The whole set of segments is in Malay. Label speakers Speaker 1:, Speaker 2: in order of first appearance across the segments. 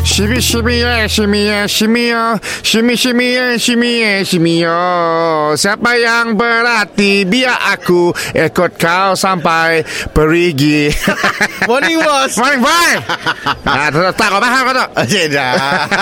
Speaker 1: Shimmy shimmy ya, shimmy ya, shimmy ya, shimmy shimmy ya, shimmy ya, shimmy ya. Siapa yang berhati biar aku ikut kau sampai perigi.
Speaker 2: Morning bos
Speaker 1: Morning boy. Ah, tak tak kau faham kau tak?
Speaker 2: Okey dah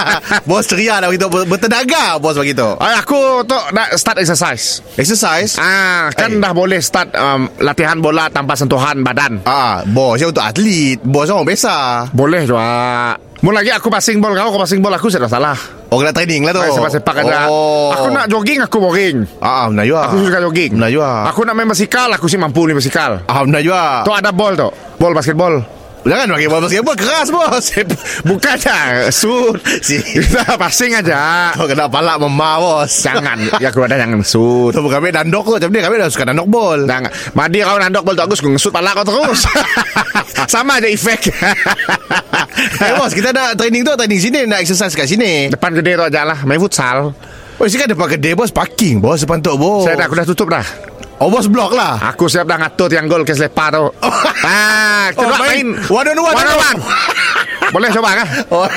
Speaker 2: Bos ceria dah begitu Bertenaga bos bagi tu
Speaker 1: Ah, aku tu nak start exercise.
Speaker 2: Exercise
Speaker 1: Ah, kan
Speaker 2: Eh.
Speaker 1: dah boleh start um, latihan bola tanpa sentuhan badan.
Speaker 2: Ah, bos yang untuk atlet Bos orang biasa
Speaker 1: Boleh juga. Mula lagi aku passing ball kau, kau passing ball aku sudah salah.
Speaker 2: Orang nak training lah tu
Speaker 1: Oh. Sepak-sepak ada.
Speaker 2: oh.
Speaker 1: Aku nak jogging aku boring.
Speaker 2: Ah, benar juga
Speaker 1: Aku suka jogging
Speaker 2: Benar juga
Speaker 1: Aku nak main basikal Aku sih mampu ni basikal
Speaker 2: Ah, benar juga
Speaker 1: Tu ada bol tu Bol basketball
Speaker 2: Jangan pakai bola basketball Keras bos
Speaker 1: Bukan lah. dah Sud
Speaker 2: Si
Speaker 1: Kita passing aja
Speaker 2: Kau kena palak mema bos
Speaker 1: Jangan Ya aku ada jangan sud
Speaker 2: Tu bukan kami dandok kot Macam ni kami dah suka dandok bol
Speaker 1: Jangan Madi kau nandok bol tu Aku suka ngesut pala kau terus Sama aja efek
Speaker 2: Eh bos kita nak training tu Training sini Nak exercise kat sini
Speaker 1: Depan gede tu aja lah Main futsal
Speaker 2: Oh sini kan depan kedai bos Parking bos Depan tu bos
Speaker 1: Saya dah aku dah tutup dah
Speaker 2: Oh bos blok lah
Speaker 1: Aku siap dah ngatur tiang gol ke selepa tu Ah, Kita
Speaker 2: Oh,
Speaker 1: nak main
Speaker 2: main one on one.
Speaker 1: One on one Boleh coba kah?
Speaker 2: Oh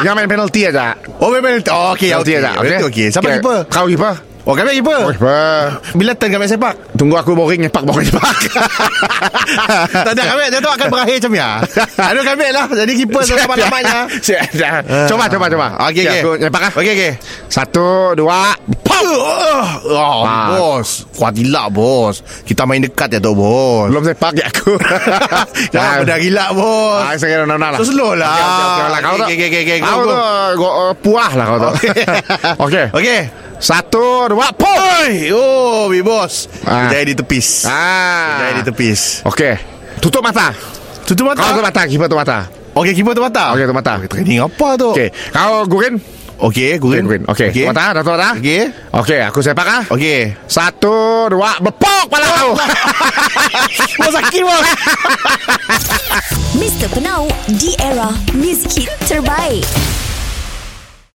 Speaker 1: Jangan main penalty aja
Speaker 2: Oh memang oh, Okay
Speaker 1: Penalty
Speaker 2: okay,
Speaker 1: aja
Speaker 2: okay. okay. Siapa
Speaker 1: Okey,
Speaker 2: keeper
Speaker 1: Kau keeper
Speaker 2: Oh kami keeper
Speaker 1: Keeper
Speaker 2: Bila turn kami sepak
Speaker 1: Tunggu aku boring nyepak boring nyepak.
Speaker 2: Tak ada kami Dia tu akan berakhir macam ni ah. Aduh kami lah Jadi keeper sama Ah. lamanya
Speaker 1: Siap, siap. Coba coba coba.
Speaker 2: Okay okay
Speaker 1: Aku nyepak ah.
Speaker 2: Okay okay
Speaker 1: Satu, dua.
Speaker 2: Pam! Oh,
Speaker 1: Ah.
Speaker 2: bos. Kuat gila, bos. Kita main dekat ya tu, bos.
Speaker 1: Belum sepak ya aku.
Speaker 2: Jangan benda gila, bos.
Speaker 1: Ah, saya kira nona lah.
Speaker 2: So, slow lah.
Speaker 1: Okey, okey, okey lah. Kau tu.
Speaker 2: Okey, okey, okey, okey. Go,
Speaker 1: Kau
Speaker 2: go.
Speaker 1: tu go- uh, puah lah kau tu. Okey.
Speaker 2: Okey.
Speaker 1: Satu, dua, puh.
Speaker 2: Oi, oh, bi bos.
Speaker 1: Ah.
Speaker 2: Jaya di tepis. Jaya
Speaker 1: Ah.
Speaker 2: di tepis.
Speaker 1: Okey. Tutup mata.
Speaker 2: Tutup
Speaker 1: Kau tutup
Speaker 2: mata.
Speaker 1: mata, kiper tutup mata.
Speaker 2: Okey, keeper tu mata.
Speaker 1: Okey, tutup mata.
Speaker 2: Training apa tu?
Speaker 1: Okey. Kau gurin?
Speaker 2: Okey, Gurin.
Speaker 1: Gurin. Okey. Tutup mata, dah tutup mata.
Speaker 2: Okey.
Speaker 1: Okey, aku sepak ah.
Speaker 2: Okey. Oh.
Speaker 1: Satu, dua, bepok pala kau.
Speaker 2: Bos sakit, bos.
Speaker 3: Mr. Penau, di era music hit terbaik.